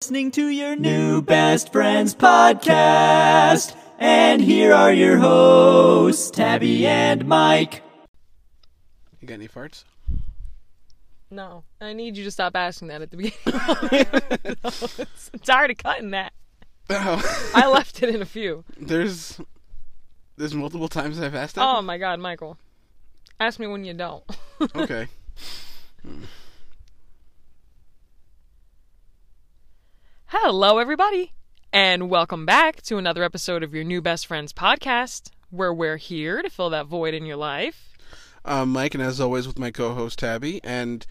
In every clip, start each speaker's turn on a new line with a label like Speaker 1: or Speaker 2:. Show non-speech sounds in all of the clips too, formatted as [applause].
Speaker 1: listening to your new best friends podcast. And here are your hosts, Tabby and Mike.
Speaker 2: You got any farts? [laughs]
Speaker 3: No, I need you to stop asking that at the beginning. [laughs] I'm tired of cutting that.
Speaker 2: Oh,
Speaker 3: I left it in a few.
Speaker 2: there's there's multiple times I've asked that.
Speaker 3: Oh my god, Michael. Ask me when you don't. [laughs] Oh.
Speaker 2: Okay.
Speaker 3: Hello, everybody, and welcome back to another episode of your new best friends podcast, where we're here to fill that void in your life.
Speaker 2: Um, Mike, and as always with my co-host Tabby, and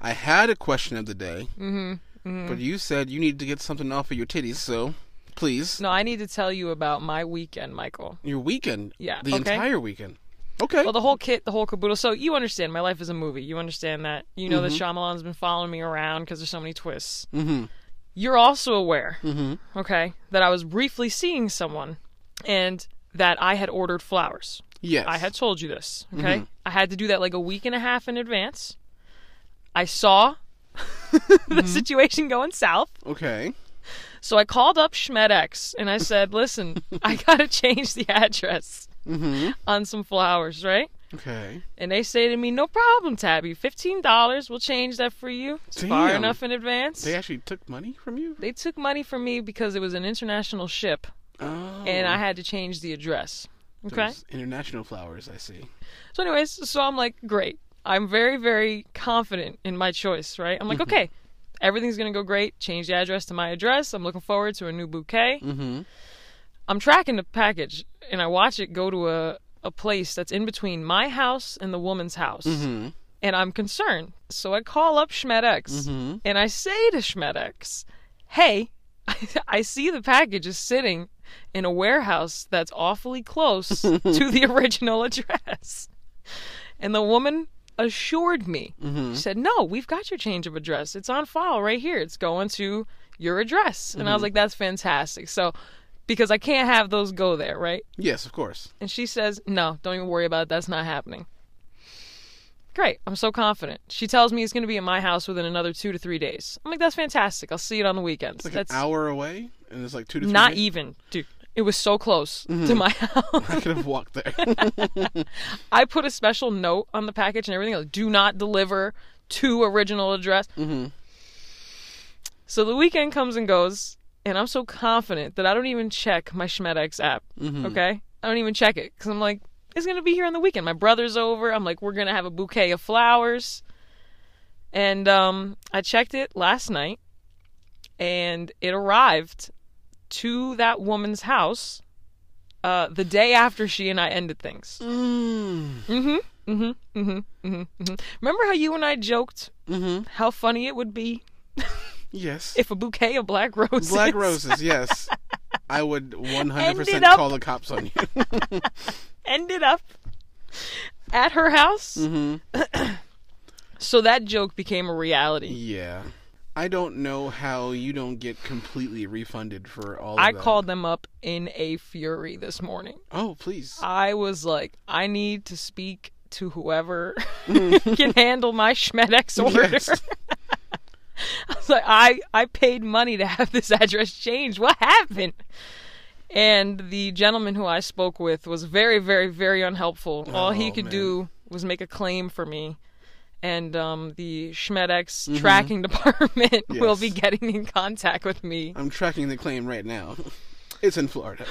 Speaker 2: I had a question of the day, mm-hmm. but you said you need to get something off of your titties, so please,
Speaker 3: No, I need to tell you about my weekend, Michael.
Speaker 2: your weekend,
Speaker 3: Yeah,
Speaker 2: the
Speaker 3: okay.
Speaker 2: entire weekend. Okay.
Speaker 3: Well, the whole kit, the whole caboodle. So you understand, my life is a movie. You understand that. You know that Shyamalan's been following me around because there's so many twists. Mm-hmm. You're also aware, mm-hmm. okay, that I was briefly seeing someone, and that I had ordered flowers.
Speaker 2: yes.
Speaker 3: I had told you this, okay? I had to do that like a week and a half in advance. I saw [laughs] the situation going south.
Speaker 2: Okay.
Speaker 3: So I called up Schmedex and I said, listen, I got to [laughs] change the address on some flowers, right?
Speaker 2: Okay.
Speaker 3: And they say to me, no problem, Tabby. $15, we'll change that for you. It's far
Speaker 2: Damn.
Speaker 3: enough in advance.
Speaker 2: They actually took money from you.
Speaker 3: They took money from me because it was an international ship
Speaker 2: Oh.
Speaker 3: and I had to change the address. Okay?
Speaker 2: Those international flowers, I see.
Speaker 3: So, anyways, so I'm like, great. I'm very, very confident in my choice, right? I'm like,
Speaker 2: Mm-hmm.
Speaker 3: okay, everything's gonna go great. Change the address to my address. I'm looking forward to a new bouquet.
Speaker 2: Mhm.
Speaker 3: I'm tracking the package, and I watch it go to a a place that's in between my house and the woman's house,
Speaker 2: Mm-hmm. Hmm.
Speaker 3: and I'm concerned. So I call up Schmedex, and I say to Schmedex, "Hey, [laughs] I see the package is sitting." In a warehouse that's awfully close to the original address. And the woman assured me, she said, No, we've got your change of address. It's on file right here. It's going to your address. And I was like, That's fantastic. So, because I can't have those go there, right?
Speaker 2: Yes, of course.
Speaker 3: And she says, No, don't even worry about it. That's not happening. Great. I'm so confident. She tells me it's going to be at my house within another two to three days. I'm like, That's fantastic. I'll see it on the weekends.
Speaker 2: Like
Speaker 3: That's
Speaker 2: an hour away, and it's like two to three.
Speaker 3: not
Speaker 2: days.
Speaker 3: even, dude. It was so close
Speaker 2: Mm-hmm.
Speaker 3: to my [laughs] house.
Speaker 2: I could have walked
Speaker 3: [laughs]
Speaker 2: there.
Speaker 3: I put a special note on the package and everything. Like, do not deliver to original address. Mm-hmm. So the weekend comes and goes, and I'm so confident that I don't even check my Schmedex app.
Speaker 2: Mm-hmm.
Speaker 3: Okay, I don't even check it because I'm like, it's gonna be here on the weekend. My brother's over. I'm like, we're gonna have a bouquet of flowers. And um, I checked it last night, and it arrived to that woman's house uh, the day after she and I ended things. Mm-hmm.
Speaker 2: mm.
Speaker 3: Remember how you and I joked
Speaker 2: Mhm.
Speaker 3: how funny it would be
Speaker 2: Yes.
Speaker 3: if a bouquet of black roses
Speaker 2: Black roses, yes. I
Speaker 3: [laughs]
Speaker 2: would 100%
Speaker 3: Ended up-
Speaker 2: call the cops on you. [laughs]
Speaker 3: ended up at her house? [clears throat] so that joke became a reality.
Speaker 2: Mm-hmm. yeah. I don't know how you don't get completely refunded for all of
Speaker 3: I
Speaker 2: that.
Speaker 3: called them up in a fury this morning.
Speaker 2: Oh, please.
Speaker 3: I was like, I need to speak to whoever [laughs] can handle my Schmedex order.
Speaker 2: Mm-hmm. [laughs] Yes.
Speaker 3: I was [laughs] like, I, I paid money to have this [laughs] address changed. What happened? And the gentleman who I spoke with was very, very, very unhelpful. All he
Speaker 2: Oh,
Speaker 3: could
Speaker 2: man.
Speaker 3: do was make a claim for me. And um, the Schmedex tracking [laughs] department will be
Speaker 2: Mm-hmm. Yes.
Speaker 3: getting in contact
Speaker 2: [laughs]
Speaker 3: with me.
Speaker 2: I'm tracking the claim right now. [laughs] It's in Florida.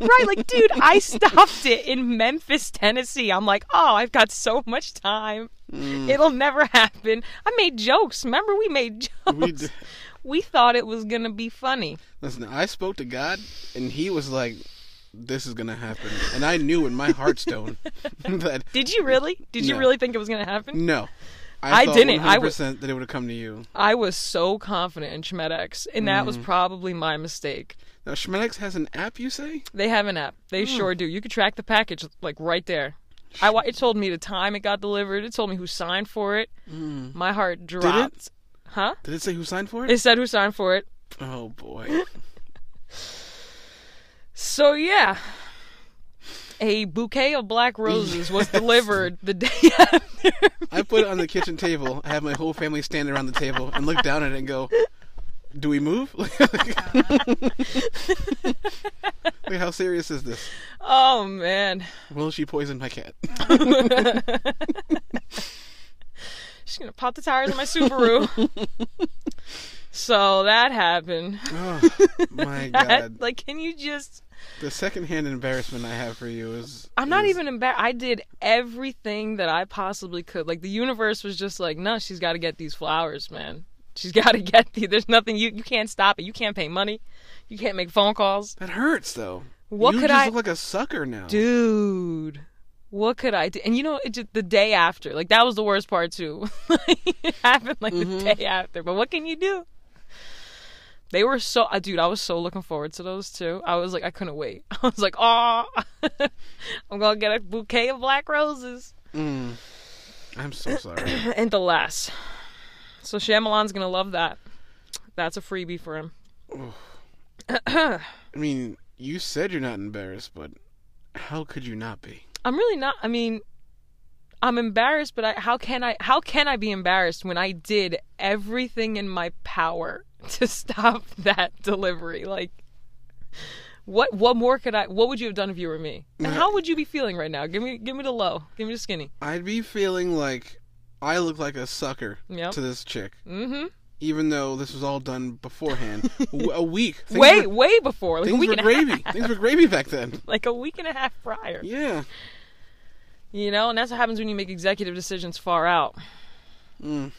Speaker 3: Right, like, dude, I stopped it in Memphis, Tennessee. I'm like, oh, I've got so much time.
Speaker 2: Mm.
Speaker 3: It'll never happen. I made jokes. Remember, we made jokes.
Speaker 2: We d-
Speaker 3: [laughs] We thought it was gonna be funny.
Speaker 2: Listen, I spoke to God, and He was like, this is going to happen. And I knew in my
Speaker 3: [laughs]
Speaker 2: heartstone [laughs] that
Speaker 3: Did you really? Did you
Speaker 2: No.
Speaker 3: really think it was gonna happen?
Speaker 2: no. I,
Speaker 3: I
Speaker 2: thought
Speaker 3: didn't. I
Speaker 2: 100%
Speaker 3: was-
Speaker 2: that it would have come to you.
Speaker 3: I was so confident in Schmedex, and that was probably my mistake.
Speaker 2: Now, Schmedex has an app, you say?
Speaker 3: They have an app. They sure do. You could track the package like right there. I wa- it told me the time it got delivered. It told me who signed for it. My heart dropped. Huh?
Speaker 2: Did it say who signed for it?
Speaker 3: It said who signed for it.
Speaker 2: Oh, boy.
Speaker 3: So yeah, a bouquet of black roses was delivered the day [laughs] after.
Speaker 2: I put it on the kitchen table. I have my whole family stand around the table and look down at it and go, do we move? [laughs] Like, how serious is this?
Speaker 3: Oh man,
Speaker 2: Will she poison my cat?
Speaker 3: she's gonna pop the tires on my Subaru. so that happened.
Speaker 2: [laughs] Oh, [laughs] my God.
Speaker 3: [laughs] like, can you just?
Speaker 2: The secondhand embarrassment I have for you is.
Speaker 3: I'm not
Speaker 2: is-
Speaker 3: even embarrassed. I did everything that I possibly could. Like the universe was just like, no, she's got to get these flowers, man. She's [laughs] got to get the. There's nothing you you can't stop it. You can't pay money. You can't make phone calls,
Speaker 2: That hurts, though.
Speaker 3: What
Speaker 2: you
Speaker 3: could
Speaker 2: just
Speaker 3: I-
Speaker 2: look like a sucker now.
Speaker 3: dude. What could I do? And you know, it just, the day after, like that was the worst part too. [laughs] it happened like the day after. But what can you do? They were so, uh, dude. I was so looking forward to those too. I was like, I couldn't wait. [laughs] I was like, oh, [laughs] I'm gonna get a bouquet of black roses.
Speaker 2: Mm. I'm so sorry.
Speaker 3: and the less. So Shyamalan's gonna love that. That's a freebie for him.
Speaker 2: I mean, you said you're not embarrassed, but how could you not be?
Speaker 3: I'm really not. I mean, I'm embarrassed, but I, how can I? How can I be embarrassed when I did everything in my power [laughs] to stop that delivery? Like, what? What more could I? What would you have done if you were me? And how would you be feeling right now? Give me, give me the low. Give me the skinny.
Speaker 2: I'd be feeling like I look like a sucker
Speaker 3: Yep.
Speaker 2: to this chick,
Speaker 3: Mm-hmm.
Speaker 2: even though this was all done
Speaker 3: [laughs]
Speaker 2: beforehand. W- a week. Things
Speaker 3: Way,
Speaker 2: were-
Speaker 3: way before, like a
Speaker 2: things
Speaker 3: week
Speaker 2: were
Speaker 3: and a
Speaker 2: gravy.
Speaker 3: half,
Speaker 2: Things were gravy back then.
Speaker 3: like a week and a half prior.
Speaker 2: Yeah.
Speaker 3: You know, and that's what happens when you make executive decisions far out.
Speaker 2: Mm.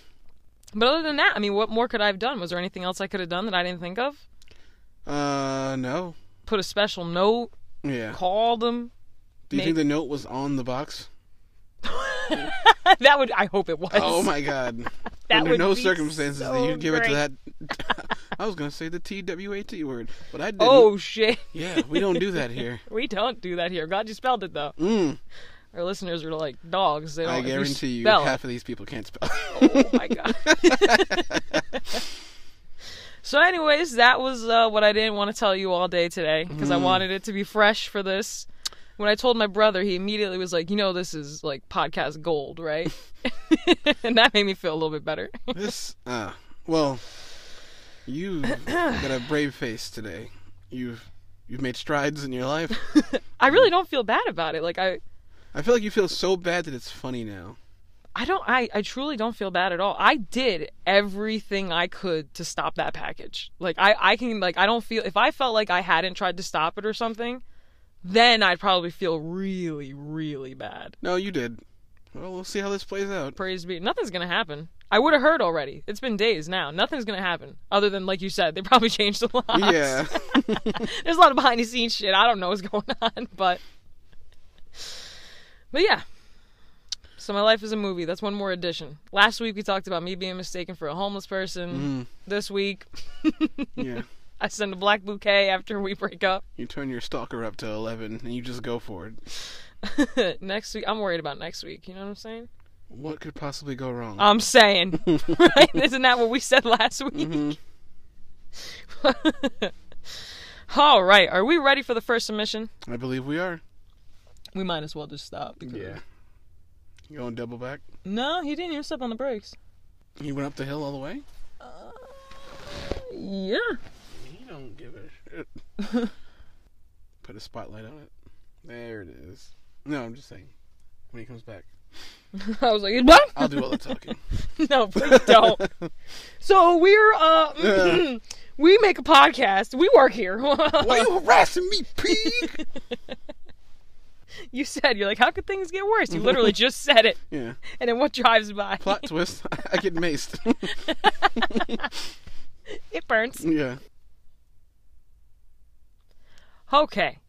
Speaker 3: But other than that, I mean, what more could I have done? Was there anything else I could have done that I didn't think of?
Speaker 2: Uh, no.
Speaker 3: Put a special note,
Speaker 2: Yeah.
Speaker 3: call them. [laughs]
Speaker 2: Do you
Speaker 3: Maybe.
Speaker 2: think the note was on the box?
Speaker 3: that would, I hope it was.
Speaker 2: Oh my God!
Speaker 3: [laughs] That
Speaker 2: Under
Speaker 3: would
Speaker 2: no
Speaker 3: be
Speaker 2: circumstances
Speaker 3: so
Speaker 2: that you'd give it
Speaker 3: great.
Speaker 2: to that. [laughs] I was gonna say the T W A T word, but I didn't.
Speaker 3: Oh shit.
Speaker 2: yeah, we don't do that
Speaker 3: [laughs]
Speaker 2: here.
Speaker 3: We don't do that here. Glad you spelled it though.
Speaker 2: Mm.
Speaker 3: Our listeners are like dogs. They don't
Speaker 2: I
Speaker 3: if
Speaker 2: guarantee you,
Speaker 3: spell it-
Speaker 2: half of these people can't spell.
Speaker 3: [laughs]
Speaker 2: [laughs]
Speaker 3: oh my god. [laughs] so, anyways, that was uh, what I didn't want to tell you all day today because
Speaker 2: Mm.
Speaker 3: I wanted it to be fresh for this. When I told my brother, he immediately was like, "You know, this is like podcast gold, right?" [laughs] and that made me feel a little bit better. [laughs]
Speaker 2: this, uh, well,
Speaker 3: [clears throat]
Speaker 2: you've got a brave face today. You've you've made strides in your life.
Speaker 3: I really don't feel bad about it. Like I,
Speaker 2: I feel like you feel so bad that it's funny now.
Speaker 3: I don't. I, I truly don't feel bad at all. I did everything I could to stop that package. Like I, I can like I don't feel if I felt like I hadn't tried to stop it or something, then I'd probably feel really, really bad.
Speaker 2: No, you did. Well, we'll see how this plays out.
Speaker 3: Praise be. Nothing's gonna happen. I would have heard already. It's been days now. Nothing's gonna happen. Other than like you said, they probably [laughs] changed the locks.
Speaker 2: Yeah. [laughs]
Speaker 3: [laughs] There's a lot of behind the scenes shit. I don't know what's [laughs] going on, but But yeah. So my life is a movie. That's one more addition. Last week we talked about me being mistaken for a homeless person. This week [laughs]
Speaker 2: yeah.
Speaker 3: I send a black bouquet after we break up. [laughs]
Speaker 2: You turn your stalker up to eleven, and you just go for it.
Speaker 3: next week I'm worried about next week, you know what I'm saying?
Speaker 2: What could possibly go wrong?
Speaker 3: I'm saying. right? Isn't that what we said last week? [laughs] All right. Are we ready for the first submission?
Speaker 2: I believe we are.
Speaker 3: We might as well just stop. because-
Speaker 2: You going double back?
Speaker 3: No, he didn't even step on the brakes.
Speaker 2: You went up the hill all the way?
Speaker 3: Yeah. [laughs]
Speaker 2: You don't give a shit. [laughs] Put a spotlight on it. There it is. No, I'm just saying. When he comes back,
Speaker 3: I was like, what?
Speaker 2: I'll do all the talking.
Speaker 3: [laughs] no, please don't. so we're uh,
Speaker 2: Yeah.
Speaker 3: [clears throat] we make a podcast. We work
Speaker 2: [laughs]
Speaker 3: here. [laughs]
Speaker 2: Why you harassing [laughs] me, pig?
Speaker 3: you said you're like, how could things get worse? You literally just said it,
Speaker 2: yeah.
Speaker 3: and then what drives by?
Speaker 2: Plot twist. [laughs] I get maced.
Speaker 3: It burns.
Speaker 2: yeah.
Speaker 3: Okay.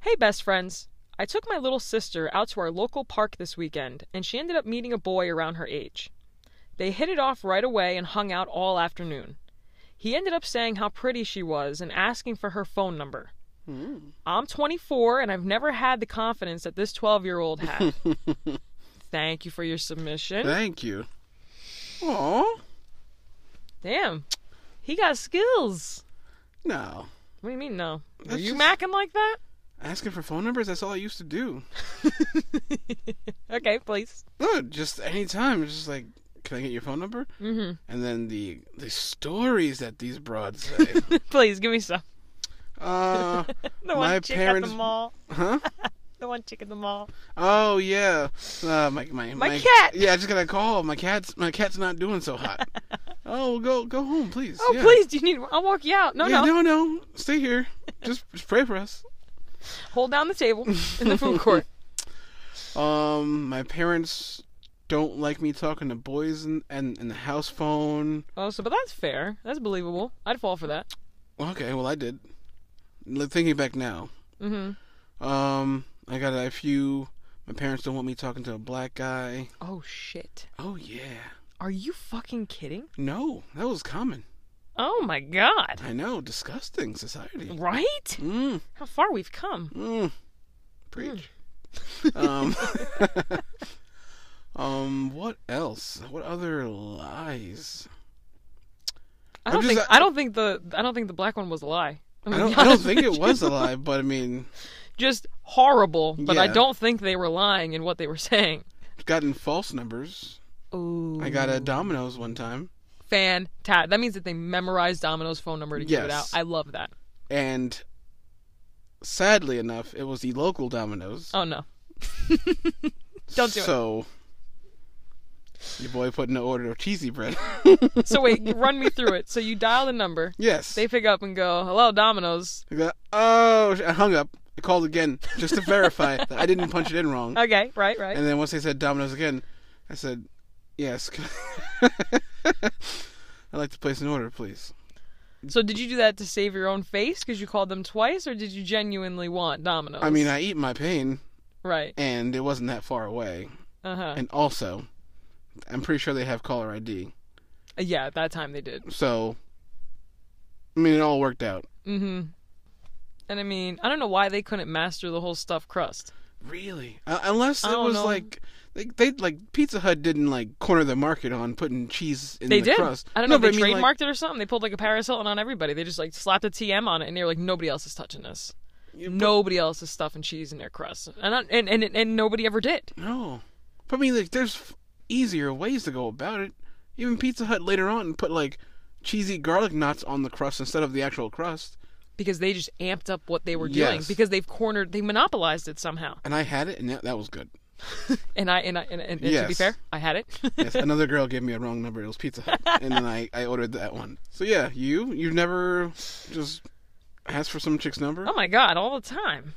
Speaker 3: Hey, best friends. I took my little sister out to our local park this weekend, and she ended up meeting a boy around her age. They hit it off right away and hung out all afternoon. He ended up saying how pretty she was and asking for her phone number.
Speaker 2: Hmm.
Speaker 3: I'm 24 and I've never had the confidence that this 12 year
Speaker 2: [laughs]
Speaker 3: old had. Thank you for your submission.
Speaker 2: Thank you. Aw.
Speaker 3: Damn, he got skills.
Speaker 2: No.
Speaker 3: What do you mean, no? Are
Speaker 2: That's
Speaker 3: you
Speaker 2: just-
Speaker 3: macking like that?
Speaker 2: Asking for phone numbers, that's all I used to do.
Speaker 3: Okay, please.
Speaker 2: No, just anytime. It's just like, can I get your phone number? Mm-hmm. And then the the stories that these broads say.
Speaker 3: [laughs] [laughs] Please give me some.
Speaker 2: uh,
Speaker 3: The one
Speaker 2: my
Speaker 3: chick
Speaker 2: parents.
Speaker 3: at the mall.
Speaker 2: Huh?
Speaker 3: The one chick at the mall.
Speaker 2: Oh yeah, uh, my, my
Speaker 3: My cat!
Speaker 2: Yeah, I just got a call. My cat's my cat's not doing so
Speaker 3: [laughs]
Speaker 2: hot. oh, well, go go home, please.
Speaker 3: Oh
Speaker 2: Yeah.
Speaker 3: please, do you need? I'll walk you out. No,
Speaker 2: Yeah,
Speaker 3: no.
Speaker 2: no, no. Stay here. Just, just pray for us.
Speaker 3: Hold down the table in the
Speaker 2: [laughs]
Speaker 3: food court.
Speaker 2: Um, my parents don't like me talking to boys and and, and the house phone.
Speaker 3: Oh, so but that's fair. That's believable. I'd fall for that.
Speaker 2: Okay, well I did. Li- Thinking back now. Mm-hmm. Um, I got a few. My parents don't want me talking to a black guy.
Speaker 3: Oh shit.
Speaker 2: Oh yeah.
Speaker 3: Are you fucking kidding?
Speaker 2: No, that was common.
Speaker 3: Oh my god.
Speaker 2: I know, disgusting society.
Speaker 3: Right?
Speaker 2: Mm.
Speaker 3: How far we've come.
Speaker 2: Mm. Preach. um, [laughs] um, what else? What other lies?
Speaker 3: I
Speaker 2: I'm
Speaker 3: don't
Speaker 2: just-
Speaker 3: think I don't think the I don't think the black one was a lie. I'm
Speaker 2: I
Speaker 3: gonna
Speaker 2: don't,
Speaker 3: be
Speaker 2: I don't
Speaker 3: honest
Speaker 2: think
Speaker 3: with
Speaker 2: it
Speaker 3: you.
Speaker 2: was a lie, but I mean,
Speaker 3: just horrible, but I
Speaker 2: Yeah.
Speaker 3: don't think they were lying in what they were saying.
Speaker 2: I've gotten false numbers.
Speaker 3: Ooh.
Speaker 2: I got a Domino's one time,
Speaker 3: fantastic. That means that they memorized Domino's phone number to give it out.
Speaker 2: Yes.
Speaker 3: I love that.
Speaker 2: and sadly enough, it was the local Domino's.
Speaker 3: [laughs]
Speaker 2: [laughs]
Speaker 3: Oh no. don't do it.
Speaker 2: so, your boy put in an order of cheesy bread. [laughs]
Speaker 3: So wait, run me through it. So you dial the number.
Speaker 2: yes.
Speaker 3: They pick up and go, "Hello, Domino's."
Speaker 2: I go, oh, I hung up. I called again just to verify that I didn't punch it in wrong.
Speaker 3: Okay, right, right.
Speaker 2: And then once they said Domino's again, I said, yes. [laughs] can I- I'd like to place an order, please.
Speaker 3: So did you do that to save your own face because you called them twice, or did you genuinely want Domino's?
Speaker 2: I mean, I eat my pain,
Speaker 3: right?
Speaker 2: and it wasn't that far away.
Speaker 3: Uh huh.
Speaker 2: And also, I'm pretty sure they have caller ID.
Speaker 3: Uh, Yeah, at that time they did.
Speaker 2: So, I mean, it all worked out.
Speaker 3: Mm-hmm. And I mean, I don't know why they couldn't master the whole stuffed crust.
Speaker 2: Really? Uh, unless
Speaker 3: I
Speaker 2: it
Speaker 3: don't
Speaker 2: was
Speaker 3: know.
Speaker 2: like. They, they like Pizza Hut didn't like corner the market on putting cheese in
Speaker 3: They
Speaker 2: the
Speaker 3: did.
Speaker 2: crust.
Speaker 3: I don't
Speaker 2: No,
Speaker 3: know
Speaker 2: but
Speaker 3: if they
Speaker 2: I mean,
Speaker 3: trademarked
Speaker 2: like-
Speaker 3: it or something. They pulled like a Paris Hilton on everybody. They just like slapped a TM on it, and they were like, nobody else is touching this. Nobody else is stuffing cheese in their crust, and I, and, and and nobody ever did.
Speaker 2: No. But I mean, like, there's f- easier ways to go about it. Even Pizza Hut later on put, like, cheesy garlic knots on the crust instead of the actual crust.
Speaker 3: because they just amped up what they were doing
Speaker 2: Yes.
Speaker 3: because they've cornered they monopolized it somehow
Speaker 2: And I had it, and that, that was good.
Speaker 3: and i and i and, and, and to be
Speaker 2: Yes.
Speaker 3: fair i had it
Speaker 2: [laughs] Yes, another girl gave me a wrong number. It was Pizza Hut. and then I, I ordered that one. So, yeah, you, you never just asked for some chick's number?
Speaker 3: oh my god all the time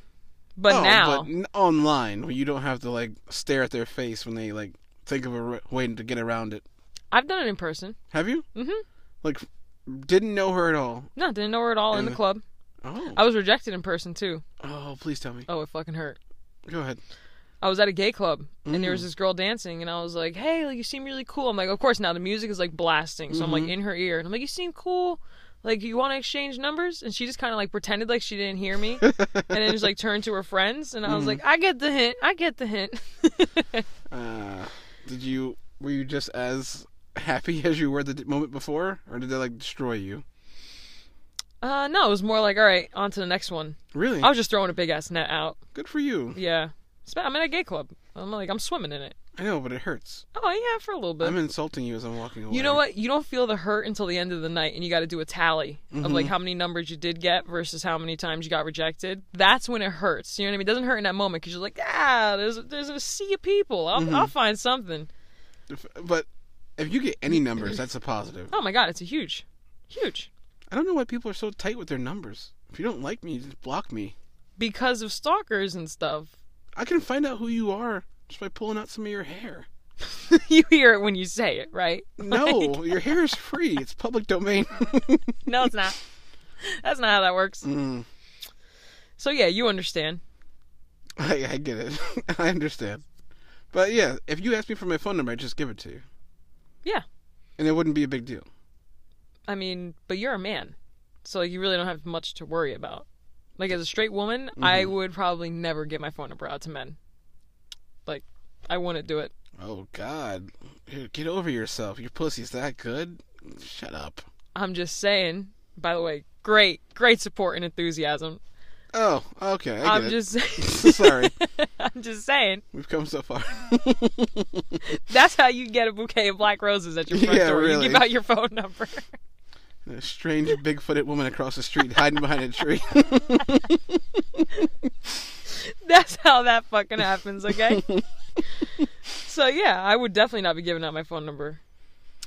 Speaker 3: but
Speaker 2: Oh,
Speaker 3: now
Speaker 2: But n- online, where you don't have to, like, stare at their face when they, like, think of a re- way to get around it.
Speaker 3: i've done it in person
Speaker 2: Have you?
Speaker 3: Mm-hmm.
Speaker 2: Mm hmm. Like, didn't know her at all.
Speaker 3: no didn't know her at all in the club
Speaker 2: Oh.
Speaker 3: i was rejected in person too
Speaker 2: Oh, please tell me.
Speaker 3: oh it fucking hurt
Speaker 2: Go ahead.
Speaker 3: I was at a gay club and there was this girl dancing and I was like, "Hey, like you seem really cool." I'm like, "Of course." Now the music is like blasting, so I'm like in her ear and I'm like, "You seem cool. Like you want to exchange numbers?" And she just kind of like pretended like she didn't hear me, and then just like turned to her friends and I was like, "I get the hint. I get the hint." [laughs]
Speaker 2: Uh, did you were you just as happy [laughs] as you were the d- moment before, or did they like destroy you?
Speaker 3: uh, no, it was more like, "All right, on to the next one."
Speaker 2: Really?
Speaker 3: I was just throwing a big ass net out.
Speaker 2: Good for you.
Speaker 3: Yeah, It's bad. I'm at a gay club. I'm like, I'm swimming in it.
Speaker 2: I know, but it hurts.
Speaker 3: Oh yeah, for a little bit.
Speaker 2: I'm insulting you as I'm walking away.
Speaker 3: You know what? You don't feel the hurt until the end of the night, and you got to do a tally of like how many numbers you did get versus how many times you got rejected. That's when it hurts. You know what I mean? It doesn't hurt in that moment because you're like, ah, there's there's a sea of people. I'll, I'll find something.
Speaker 2: If- But if you get any numbers, that's a positive.
Speaker 3: Oh my god, it's a huge, huge
Speaker 2: I don't know why people are so tight with their numbers. If you don't like me, just block me.
Speaker 3: because of stalkers and stuff. [laughs]
Speaker 2: I can find out who you are just by pulling out some of your [laughs] hair.
Speaker 3: you hear it when you say it, right?
Speaker 2: No, your hair is free. It's public domain.
Speaker 3: No, it's not. [laughs] That's not how that
Speaker 2: [laughs]
Speaker 3: works.
Speaker 2: Mm.
Speaker 3: So yeah, you understand.
Speaker 2: I, I get it. [laughs] I understand. But yeah, if you ask me for my phone number, I just give it to you.
Speaker 3: Yeah.
Speaker 2: And it wouldn't be a big deal.
Speaker 3: I mean, but you're a man, so like, you really don't have much to worry about. Like as a straight woman, I
Speaker 2: Mm-hmm.
Speaker 3: would probably never get my phone number out to men. Like, I wouldn't do it.
Speaker 2: Oh God, Dude, get over yourself. Your pussy's that good. Shut up.
Speaker 3: I'm just saying. By the way, great, great support and enthusiasm.
Speaker 2: Oh, okay. I
Speaker 3: I'm
Speaker 2: get [laughs]
Speaker 3: just
Speaker 2: it. Sorry,
Speaker 3: [laughs] I'm just saying
Speaker 2: we've come so far. [laughs]
Speaker 3: that's how you get a bouquet of black roses at your front
Speaker 2: Yeah,
Speaker 3: door.
Speaker 2: really.
Speaker 3: You give out your phone number.
Speaker 2: A strange big-footed woman across the street hiding behind a
Speaker 3: [laughs]
Speaker 2: tree.
Speaker 3: [laughs] That's how that fucking
Speaker 2: [laughs]
Speaker 3: happens, okay? so yeah, I would definitely not be giving out my phone number.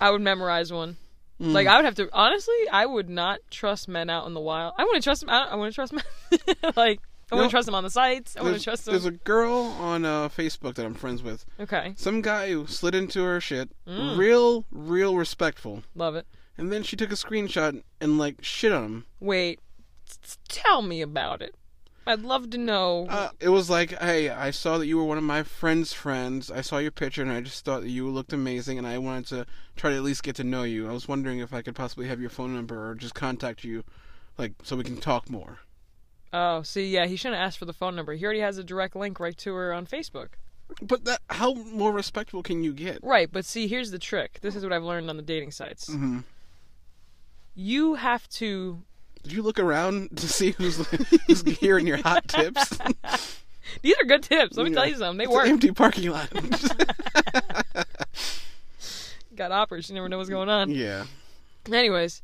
Speaker 3: I would memorize one.
Speaker 2: Mm.
Speaker 3: Like I would have to honestly, I would not trust men out in the wild. I want to trust them. I, don't- I want to trust men. [laughs] like I want
Speaker 2: No.
Speaker 3: to trust them on the sites. I want to
Speaker 2: There's,
Speaker 3: trust
Speaker 2: there's
Speaker 3: them.
Speaker 2: a girl on uh, Facebook that I'm friends with.
Speaker 3: okay,
Speaker 2: Some guy who slid into her shit,
Speaker 3: Mm.
Speaker 2: real, real respectful,
Speaker 3: love it.
Speaker 2: and then she took a screenshot and like shit on him.
Speaker 3: Wait, s- s- tell me about it. I'd love to know.
Speaker 2: Uh, it was like, hey, I saw that you were one of my friend's friends. I saw your picture and I just thought that you looked amazing, and I wanted to try to at least get to know you. I was wondering if I could possibly have your phone number or just contact you, like so we can talk more.
Speaker 3: oh, see, yeah, he shouldn't ask for the phone number. He already has a direct link right to her on Facebook.
Speaker 2: But that, how more respectful can you get?
Speaker 3: Right, but see, here's the trick. This is what I've learned on the dating sites. You have to.
Speaker 2: Did you look around [laughs] to see who's,
Speaker 3: [laughs]
Speaker 2: who's hearing your hot tips?
Speaker 3: These are good tips. Let me tell you something. They
Speaker 2: It's an
Speaker 3: work.
Speaker 2: empty parking
Speaker 3: [laughs]
Speaker 2: lot.
Speaker 3: Got operas. You never know what's going on.
Speaker 2: yeah.
Speaker 3: Anyways,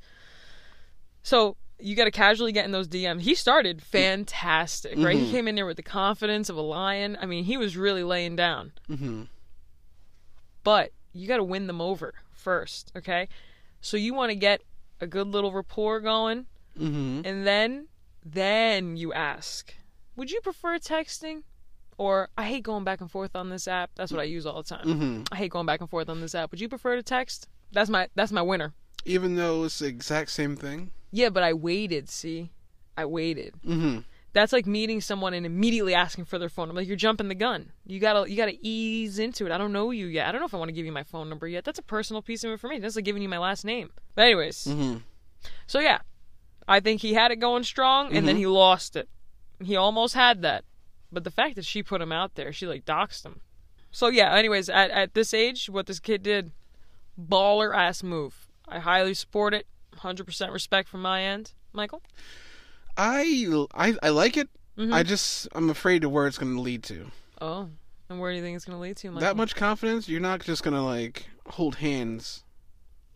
Speaker 3: so you got to casually get in those DMs. He started fantastic, right? He came in there with the confidence of a lion. I mean, he was really laying down. Mm-hmm. But you got to win them over first, okay? So you want to get a good little rapport going,
Speaker 2: Mm-hmm.
Speaker 3: and then then you ask, "Would you prefer texting?" Or I hate going back and forth on this app. That's what I use all the time.
Speaker 2: Mm-hmm.
Speaker 3: I hate going back and forth on this app. Would you prefer to text? That's my that's my winner.
Speaker 2: Even though it's the exact same thing.
Speaker 3: Yeah, but I waited, see? I waited.
Speaker 2: Mm-hmm.
Speaker 3: That's like meeting someone and immediately asking for their phone number. Like you're jumping the gun. You gotta you gotta ease into it. I don't know you yet. I don't know if I want to give you my phone number yet. That's a personal piece of information. That's like giving you my last name. But anyways.
Speaker 2: Mhm.
Speaker 3: So yeah. I think he had it going strong and then he lost it. He almost had that. But the fact that she put him out there, she like doxed him. So yeah, anyways, at, at this age, what this kid did, baller ass move. I highly support it. 100% respect from my end. Michael?
Speaker 2: I, I I like it. I
Speaker 3: Mm-hmm.
Speaker 2: just I'm afraid of where it's going to lead to.
Speaker 3: Oh, and where do you think it's going to lead to, Michael?
Speaker 2: That much confidence, you're not just going to like hold hands.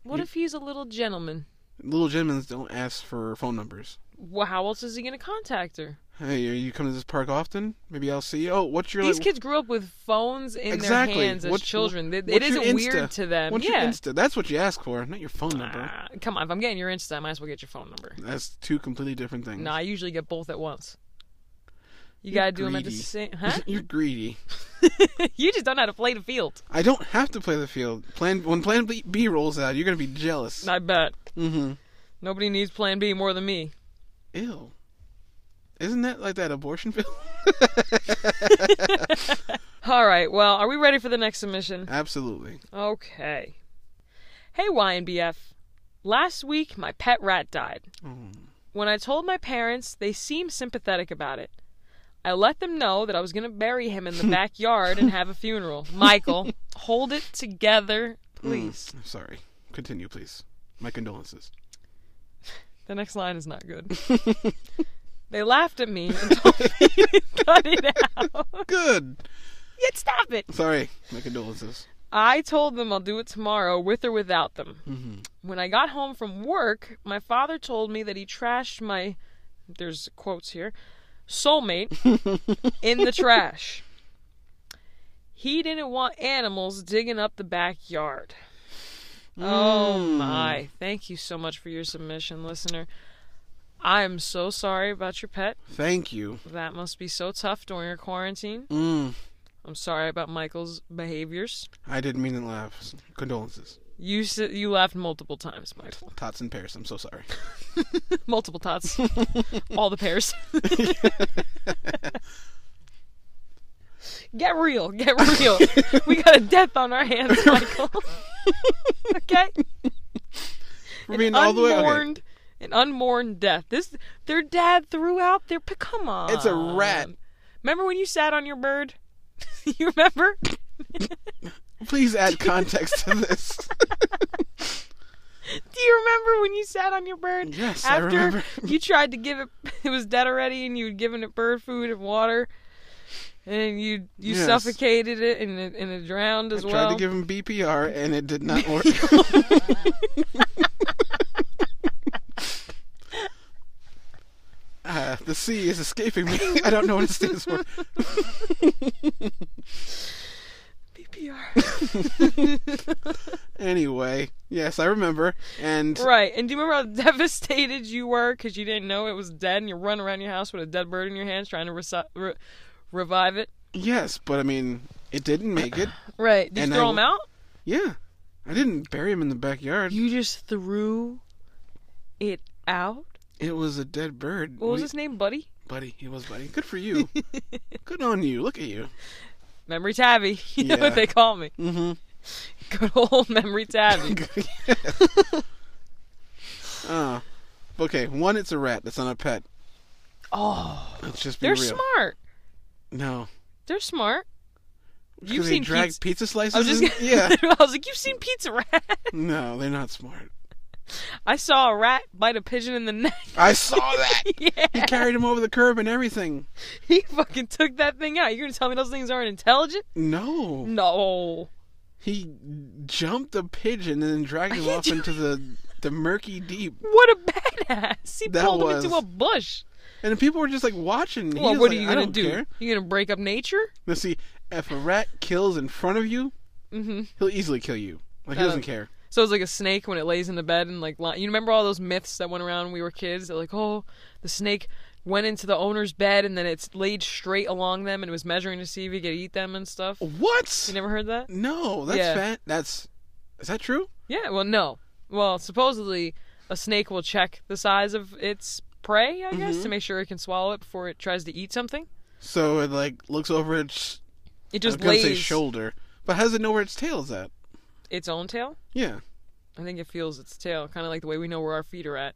Speaker 3: What if he's a little gentleman?
Speaker 2: Little gentlemen don't ask for phone numbers.
Speaker 3: Well, how else is he going to contact her?
Speaker 2: Hey, are you come to this park often? Maybe I'll see you. Oh, what's your
Speaker 3: These
Speaker 2: like,
Speaker 3: kids grew up with phones in
Speaker 2: exactly?
Speaker 3: their hands as
Speaker 2: What's-
Speaker 3: children. It- it
Speaker 2: what's your
Speaker 3: isn't
Speaker 2: Insta?
Speaker 3: weird to them.
Speaker 2: What's
Speaker 3: yeah.
Speaker 2: your Insta? That's what you ask for, not your phone number.
Speaker 3: Ah, come on, if I'm getting your Insta, I might as well get your phone number.
Speaker 2: That's two completely different things.
Speaker 3: No, I usually get both at once. You
Speaker 2: You're
Speaker 3: gotta do them at the
Speaker 2: greedy. [laughs]
Speaker 3: same. Huh?
Speaker 2: [laughs]
Speaker 3: [laughs]
Speaker 2: you're greedy.
Speaker 3: you just don't know how to play the field.
Speaker 2: I don't have to play the field. Plan when Plan B, B rolls out, you're gonna be jealous.
Speaker 3: I bet
Speaker 2: mm-hmm.
Speaker 3: nobody needs Plan B more than me.
Speaker 2: Ew. Isn't that like that abortion [laughs] pill?
Speaker 3: All right. Well, are we ready for the next submission?
Speaker 2: Absolutely.
Speaker 3: Okay. Hey, YNBF. Last week, my pet rat died. When I told my parents, they seemed sympathetic about it. I let them know that I was going to bury him [laughs] in the backyard and have a funeral. Michael, hold it together, please.
Speaker 2: I'm sorry. Continue, please. My condolences.
Speaker 3: The next line is not [laughs] good. they laughed at me and told me [laughs] to cut it out.
Speaker 2: Good.
Speaker 3: Yet stop it.
Speaker 2: Sorry. My condolences.
Speaker 3: I told them I'll do it tomorrow with or without them. When I got home from work, my father told me that he trashed my there's quotes here soulmate in the trash. He didn't want animals digging up the backyard. Oh my. Thank you so much for your submission, listener. I am so sorry about your pet.
Speaker 2: Thank you.
Speaker 3: That must be so tough during your quarantine.
Speaker 2: Mm.
Speaker 3: I'm sorry about Michael's behaviors.
Speaker 2: I didn't mean to laugh. Condolences.
Speaker 3: You s- you laughed multiple times,
Speaker 2: [laughs]
Speaker 3: Michael.
Speaker 2: Tots and pears. I'm so sorry. [laughs]
Speaker 3: Multiple tots, all
Speaker 2: [laughs]
Speaker 3: the pairs. get real, get
Speaker 2: [laughs]
Speaker 3: real. we got a death on our hands, Michael. okay,
Speaker 2: We're being all the way. Okay.
Speaker 3: unmourned, an unmourned death. This their dad threw out their. p- Come on,
Speaker 2: It's a rat.
Speaker 3: Remember when you sat on your bird? [laughs] you remember?
Speaker 2: Please add context to this.
Speaker 3: Do you remember when you sat on your bird?
Speaker 2: Yes, I
Speaker 3: After
Speaker 2: remember.
Speaker 3: [laughs] you tried to give it, [laughs] it was dead already, and you had given it bird food and water, and you you
Speaker 2: Yes.
Speaker 3: suffocated it and it, and it drowned as
Speaker 2: I
Speaker 3: well.
Speaker 2: tried to give him BPR and it did not work. Uh, the sea is escaping me. [laughs] I don't know what it stands for.
Speaker 3: BPR.
Speaker 2: Anyway, yes, I remember. And
Speaker 3: [laughs] right. And do you remember how [laughs] devastated you were because you didn't know it was dead, and you run around your house with a dead bird in your hands trying to resi- re- revive it?
Speaker 2: yes, but I mean, it didn't make it.
Speaker 3: Right. Did
Speaker 2: And
Speaker 3: you
Speaker 2: I
Speaker 3: throw
Speaker 2: w-
Speaker 3: him out?
Speaker 2: Yeah. I didn't bury him in the backyard.
Speaker 3: You just threw it out.
Speaker 2: It was a dead bird.
Speaker 3: What was
Speaker 2: We-
Speaker 3: his name, Buddy?
Speaker 2: Buddy, he was buddy. Good for
Speaker 3: [laughs]
Speaker 2: you. Good on you. Look at you.
Speaker 3: Memory Tabby. [laughs] You know
Speaker 2: Yeah.
Speaker 3: what they call me.
Speaker 2: Mm-hmm.
Speaker 3: Good old Memory Tabby.
Speaker 2: [laughs] Uh, okay, one, it's a rat. That's not a pet.
Speaker 3: oh,
Speaker 2: Let's just be
Speaker 3: they're
Speaker 2: real.
Speaker 3: smart.
Speaker 2: No.
Speaker 3: They're smart. You've
Speaker 2: Because they
Speaker 3: seen
Speaker 2: drag
Speaker 3: pizza.
Speaker 2: pizza slices?
Speaker 3: I was just.
Speaker 2: in?
Speaker 3: Gonna, [laughs]
Speaker 2: yeah.
Speaker 3: I was like, you've seen Pizza Rat. [laughs]
Speaker 2: No, they're not smart.
Speaker 3: I saw a rat bite a pigeon in the [laughs] neck.
Speaker 2: I saw that.
Speaker 3: yeah.
Speaker 2: He carried him over the curb and everything.
Speaker 3: He fucking took that thing out. You're gonna tell me those things aren't intelligent?
Speaker 2: No,
Speaker 3: No.
Speaker 2: he jumped a pigeon and then dragged him
Speaker 3: can't
Speaker 2: off
Speaker 3: do-
Speaker 2: into the the murky deep.
Speaker 3: What a badass. He
Speaker 2: That
Speaker 3: pulled
Speaker 2: was-
Speaker 3: him into a bush.
Speaker 2: And people were just like watching. He
Speaker 3: Well,
Speaker 2: was
Speaker 3: what
Speaker 2: like,
Speaker 3: are you
Speaker 2: I
Speaker 3: gonna
Speaker 2: don't
Speaker 3: do?
Speaker 2: Care.
Speaker 3: You gonna break up nature?
Speaker 2: Now see, if a rat kills in front of you,
Speaker 3: Mhm.
Speaker 2: he'll easily kill you. Like he
Speaker 3: Uh,
Speaker 2: doesn't care.
Speaker 3: So it's like a snake when it lays in the bed and like li- you remember all those myths that went around when we were kids that like oh the snake went into the owner's bed and then it's laid straight along them and it was measuring to see if he could eat them and stuff.
Speaker 2: What?
Speaker 3: You never heard that?
Speaker 2: no, that's
Speaker 3: Yeah.
Speaker 2: fat. That's is that true?
Speaker 3: Yeah. Well, no. Well, supposedly a snake will check the size of its prey, I guess, to make sure it can swallow it before it tries to eat something.
Speaker 2: So it like looks over its
Speaker 3: It
Speaker 2: I was
Speaker 3: just
Speaker 2: gonna say
Speaker 3: lays
Speaker 2: shoulder, but how does it know where its tail is at?
Speaker 3: its own tail.
Speaker 2: Yeah.
Speaker 3: I think it feels its tail, kind of like the way we know where our feet are at.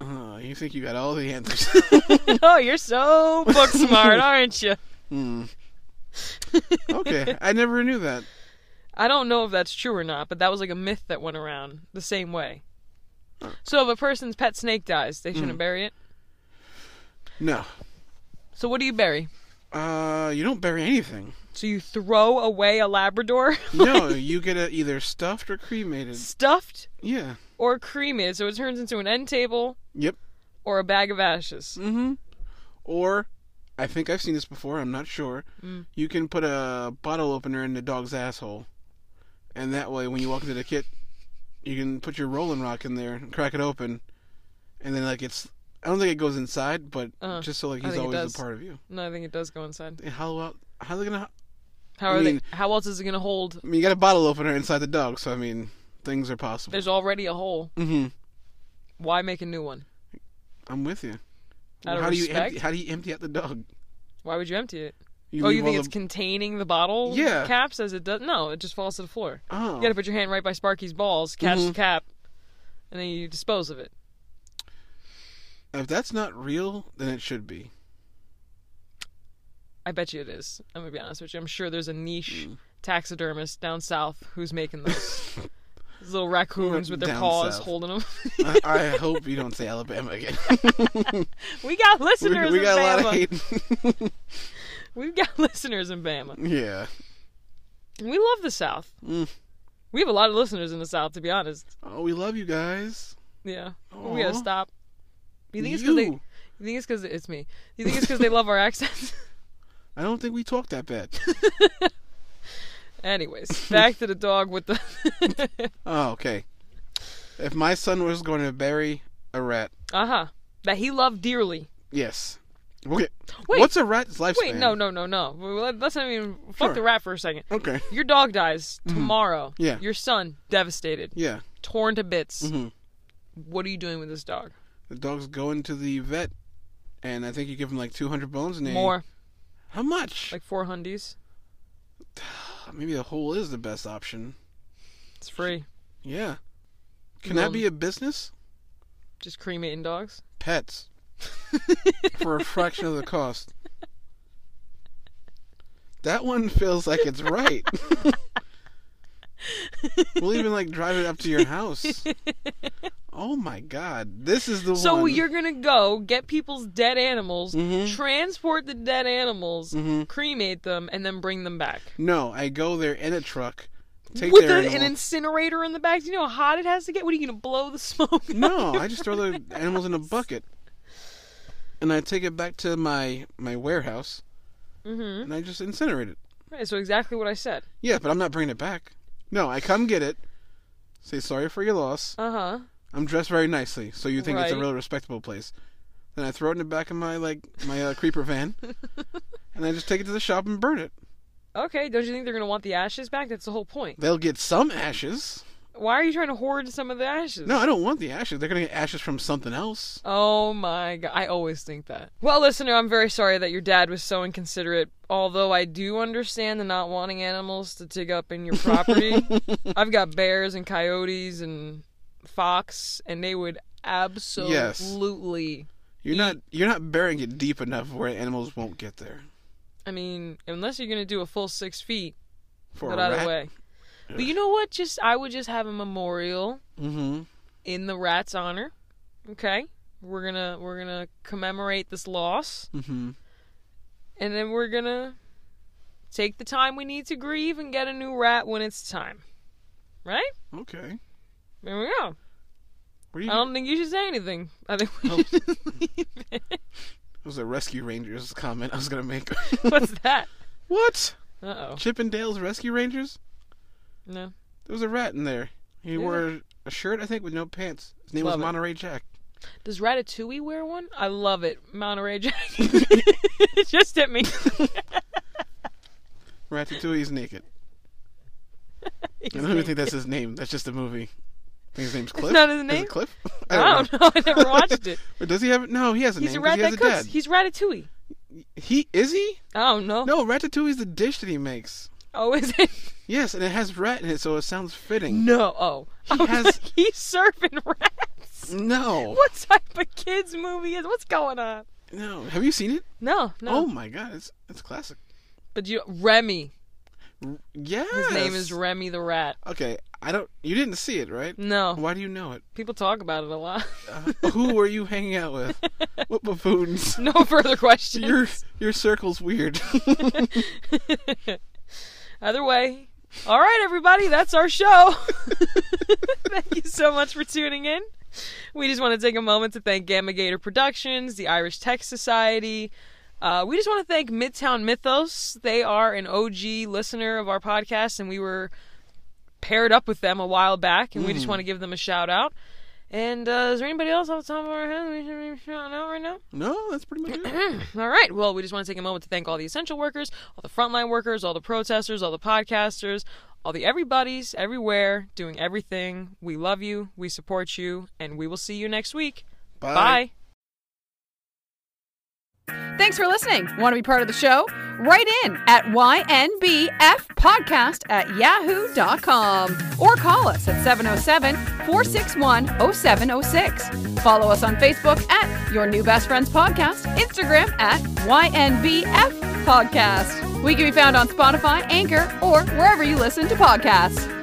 Speaker 2: Oh, you think you got all the answers?
Speaker 3: [laughs] [laughs] oh, you're so book smart, [laughs] aren't you?
Speaker 2: Hmm. Okay, I never knew that.
Speaker 3: I don't know if that's true or not, but that was like a myth that went around the same way. So if a person's pet snake dies, they
Speaker 2: Mm.
Speaker 3: shouldn't bury it.
Speaker 2: No.
Speaker 3: So what do you bury?
Speaker 2: Uh, you don't bury anything.
Speaker 3: So you throw away a Labrador, [laughs]
Speaker 2: No, you get it either stuffed or cremated.
Speaker 3: stuffed
Speaker 2: Yeah.
Speaker 3: or cremated, so it turns into an end table
Speaker 2: Yep.
Speaker 3: or a bag of ashes.
Speaker 2: Mm-hmm. Or, I think I've seen this before. I'm not sure.
Speaker 3: Mm.
Speaker 2: You can put a bottle opener in the dog's asshole, and that way, when you walk into the kit, you can put your Rolling Rock in there and crack it open, and then like it's. I don't think it goes inside, but
Speaker 3: Uh,
Speaker 2: just so like
Speaker 3: I
Speaker 2: he's
Speaker 3: think it
Speaker 2: always
Speaker 3: does.
Speaker 2: a part of you.
Speaker 3: No, I think it does go inside.
Speaker 2: And hollow out. How's it gonna?
Speaker 3: How
Speaker 2: I
Speaker 3: are
Speaker 2: mean-
Speaker 3: they? How else is it gonna hold?
Speaker 2: I mean, you got a bottle opener inside the dog, so I mean, things are possible.
Speaker 3: There's already a hole.
Speaker 2: Mm-hmm.
Speaker 3: Why make a new one?
Speaker 2: I'm with you.
Speaker 3: Out of
Speaker 2: how do you
Speaker 3: respect?
Speaker 2: empty, how do you empty out the dog?
Speaker 3: Why would you empty it?
Speaker 2: You
Speaker 3: oh,
Speaker 2: leave
Speaker 3: you
Speaker 2: all
Speaker 3: think it's
Speaker 2: the-
Speaker 3: containing the bottle
Speaker 2: Yeah.
Speaker 3: caps as it does? No, it just falls to the floor.
Speaker 2: oh.
Speaker 3: You gotta put your hand right by Sparky's balls, catch the
Speaker 2: Mhm.
Speaker 3: cap, and then you dispose of it.
Speaker 2: If that's not real, then it should be.
Speaker 3: I bet you it is. I'm gonna be honest with you. I'm sure there's a niche
Speaker 2: Mm.
Speaker 3: taxidermist down south who's making those. [laughs] Those little raccoons with their
Speaker 2: Down
Speaker 3: paws
Speaker 2: south.
Speaker 3: holding them.
Speaker 2: [laughs] I, I hope you don't say Alabama again.
Speaker 3: [laughs] we got
Speaker 2: we,
Speaker 3: listeners
Speaker 2: we
Speaker 3: in
Speaker 2: got a
Speaker 3: Bama.
Speaker 2: lot of hate. [laughs]
Speaker 3: We've got [laughs] listeners in Bama.
Speaker 2: yeah.
Speaker 3: We love the South.
Speaker 2: Mm.
Speaker 3: We have a lot of listeners in the South, to be honest.
Speaker 2: Oh, we love you guys.
Speaker 3: Yeah, But we gotta
Speaker 2: Aw.
Speaker 3: stop. You think it's because they?
Speaker 2: You.
Speaker 3: You think it's because it's me? You think it's because they love our [laughs] accents?
Speaker 2: I don't think we talk that bad. [laughs]
Speaker 3: Anyways, back to the dog with the. [laughs]
Speaker 2: [laughs] oh, okay. If my son was going to bury a rat,
Speaker 3: uh huh. That he loved dearly.
Speaker 2: yes. Okay.
Speaker 3: Wait.
Speaker 2: What's a rat's lifespan?
Speaker 3: Wait, no, no, no, no. Well, let- Let's not even fuck
Speaker 2: Sure.
Speaker 3: the rat for a second.
Speaker 2: Okay.
Speaker 3: Your dog dies tomorrow.
Speaker 2: Yeah.
Speaker 3: Your son devastated,
Speaker 2: Yeah.
Speaker 3: torn to bits.
Speaker 2: Mhm.
Speaker 3: What are you doing with this dog?
Speaker 2: The dog's going to the vet, and I think you give him like 200 bones and they-
Speaker 3: More
Speaker 2: How much?
Speaker 3: like four hundies.
Speaker 2: Maybe the hole is the best option.
Speaker 3: It's free.
Speaker 2: Yeah. Can
Speaker 3: No.
Speaker 2: that be a business?
Speaker 3: Just cremating dogs.
Speaker 2: Pets.
Speaker 3: [laughs]
Speaker 2: For a fraction of the cost.
Speaker 3: [laughs]
Speaker 2: That one feels like it's right. we'll even like drive it up to your house. oh my god, this is the
Speaker 3: So
Speaker 2: one.
Speaker 3: you're gonna go get people's dead animals,
Speaker 2: Mhm.
Speaker 3: transport the dead animals,
Speaker 2: Mhm.
Speaker 3: cremate them, and then bring them back
Speaker 2: no, I go there in a truck, take
Speaker 3: with
Speaker 2: their
Speaker 3: a- an
Speaker 2: animal-
Speaker 3: incinerator in the back. Do you know how hot it has to get? What are you gonna blow the smoke? [laughs]
Speaker 2: No, I just throw the animals in a bucket, and I take it back to my my warehouse,
Speaker 3: mm-hmm.
Speaker 2: and I just incinerate it.
Speaker 3: Right, so exactly what I said.
Speaker 2: Yeah, but I'm not bringing it back. No, I come get it, say sorry for your loss.
Speaker 3: Uh huh.
Speaker 2: I'm dressed very nicely, so you think it's a
Speaker 3: Right.
Speaker 2: real respectable place. Then I throw it in the back of my like my uh, creeper
Speaker 3: [laughs]
Speaker 2: van, and I just take it to the shop and burn it.
Speaker 3: Okay, don't you think they're gonna want the ashes back? That's the whole point.
Speaker 2: They'll get some ashes.
Speaker 3: Why are you trying to hoard some of the ashes?
Speaker 2: No, I don't want the ashes. They're gonna get ashes from something else.
Speaker 3: Oh my god, I always think that. Well, listener, I'm very sorry that your dad was so inconsiderate. Although I do understand the not wanting animals to dig up in
Speaker 2: [laughs]
Speaker 3: your property. I've got bears and coyotes and fox, and they would absolutely.
Speaker 2: You're not you're not burying it deep enough where animals won't get there.
Speaker 3: I mean, unless you're gonna do a full six feet,
Speaker 2: For
Speaker 3: but
Speaker 2: a
Speaker 3: either
Speaker 2: rat.
Speaker 3: way. But you know what? Just I would just have a memorial
Speaker 2: Mm-hmm.
Speaker 3: in the rat's honor. Okay, we're gonna we're gonna commemorate this loss.
Speaker 2: Mm-hmm.
Speaker 3: and then we're gonna take the time we need to grieve and get a new rat when it's time. Right?
Speaker 2: Okay.
Speaker 3: There we go.
Speaker 2: Where do
Speaker 3: I
Speaker 2: you?
Speaker 3: don't think you should say anything. I think we [laughs]
Speaker 2: Oh.
Speaker 3: should just leave it.
Speaker 2: It was a Rescue Rangers comment I was gonna make.
Speaker 3: What's that?
Speaker 2: [laughs] what?
Speaker 3: Uh oh.
Speaker 2: Chippendale's Rescue Rangers?
Speaker 3: No.
Speaker 2: There was a rat in there. He
Speaker 3: Yeah.
Speaker 2: wore a shirt, I think, with no pants. His name
Speaker 3: Love it.
Speaker 2: was Monterey Jack.
Speaker 3: Does Ratatouille wear one? I love it. Monterey Jack. [laughs] just
Speaker 2: [laughs]
Speaker 3: at me.
Speaker 2: Ratatouille's naked. I don't even think that's his name. That's just a movie. I think his
Speaker 3: [laughs]
Speaker 2: name's Cliff.
Speaker 3: not his
Speaker 2: Is it
Speaker 3: name?
Speaker 2: Cliff? [laughs]
Speaker 3: I don't know. [laughs] I never watched it.
Speaker 2: But does he have? No, he has a
Speaker 3: He's a
Speaker 2: name.
Speaker 3: rat
Speaker 2: 'cause
Speaker 3: that
Speaker 2: he has
Speaker 3: cooks. He's Ratatouille.
Speaker 2: a dad. He is he?
Speaker 3: I don't know.
Speaker 2: No, Ratatouille's the dish that he makes.
Speaker 3: Oh, is it?
Speaker 2: Yes, and it has rat in it, so it sounds fitting.
Speaker 3: No. Oh. [laughs] I
Speaker 2: He
Speaker 3: was
Speaker 2: has-
Speaker 3: like, he's serving rats.
Speaker 2: [laughs] No,
Speaker 3: what type of kids movie is what's going on
Speaker 2: no. Have you seen it?
Speaker 3: no
Speaker 2: Oh
Speaker 3: no
Speaker 2: my god, it's it's classic.
Speaker 3: but you remy
Speaker 2: Yes.
Speaker 3: his name is remy the rat
Speaker 2: Okay, I don't. You didn't see it, right?
Speaker 3: no
Speaker 2: Why do you know it?
Speaker 3: people talk about it a lot
Speaker 2: Uh, who were you hanging out with? What buffoons?
Speaker 3: [laughs] no
Speaker 2: [laughs]
Speaker 3: further questions
Speaker 2: Your your circle's weird. [laughs]
Speaker 3: [laughs] either way all right everybody that's our show [laughs] thank you so much for tuning in we just want to take a moment to thank gamma gator productions the irish tech society uh, we just want to thank midtown mythos they are an og listener of our podcast and we were paired up with them a while back and we just want to give them a shout out and uh, is there anybody else off the top of our head we should be shouting out right now
Speaker 2: no, that's pretty much it.
Speaker 3: all right. Well, we just want to take a moment to thank all the essential workers, all the frontline workers, all the protesters, all the podcasters, all the everybody's everywhere doing everything. We love you. We support you. And we will see you next week. Bye.
Speaker 4: Thanks for listening. Want to be part of the show? Write in at ynbfpodcast at yahoo.com or call us at 707 461 0706. Follow us on Facebook at Your New Best Friends Podcast, Instagram at ynbfpodcast. We can be found on Spotify, Anchor, or wherever you listen to podcasts.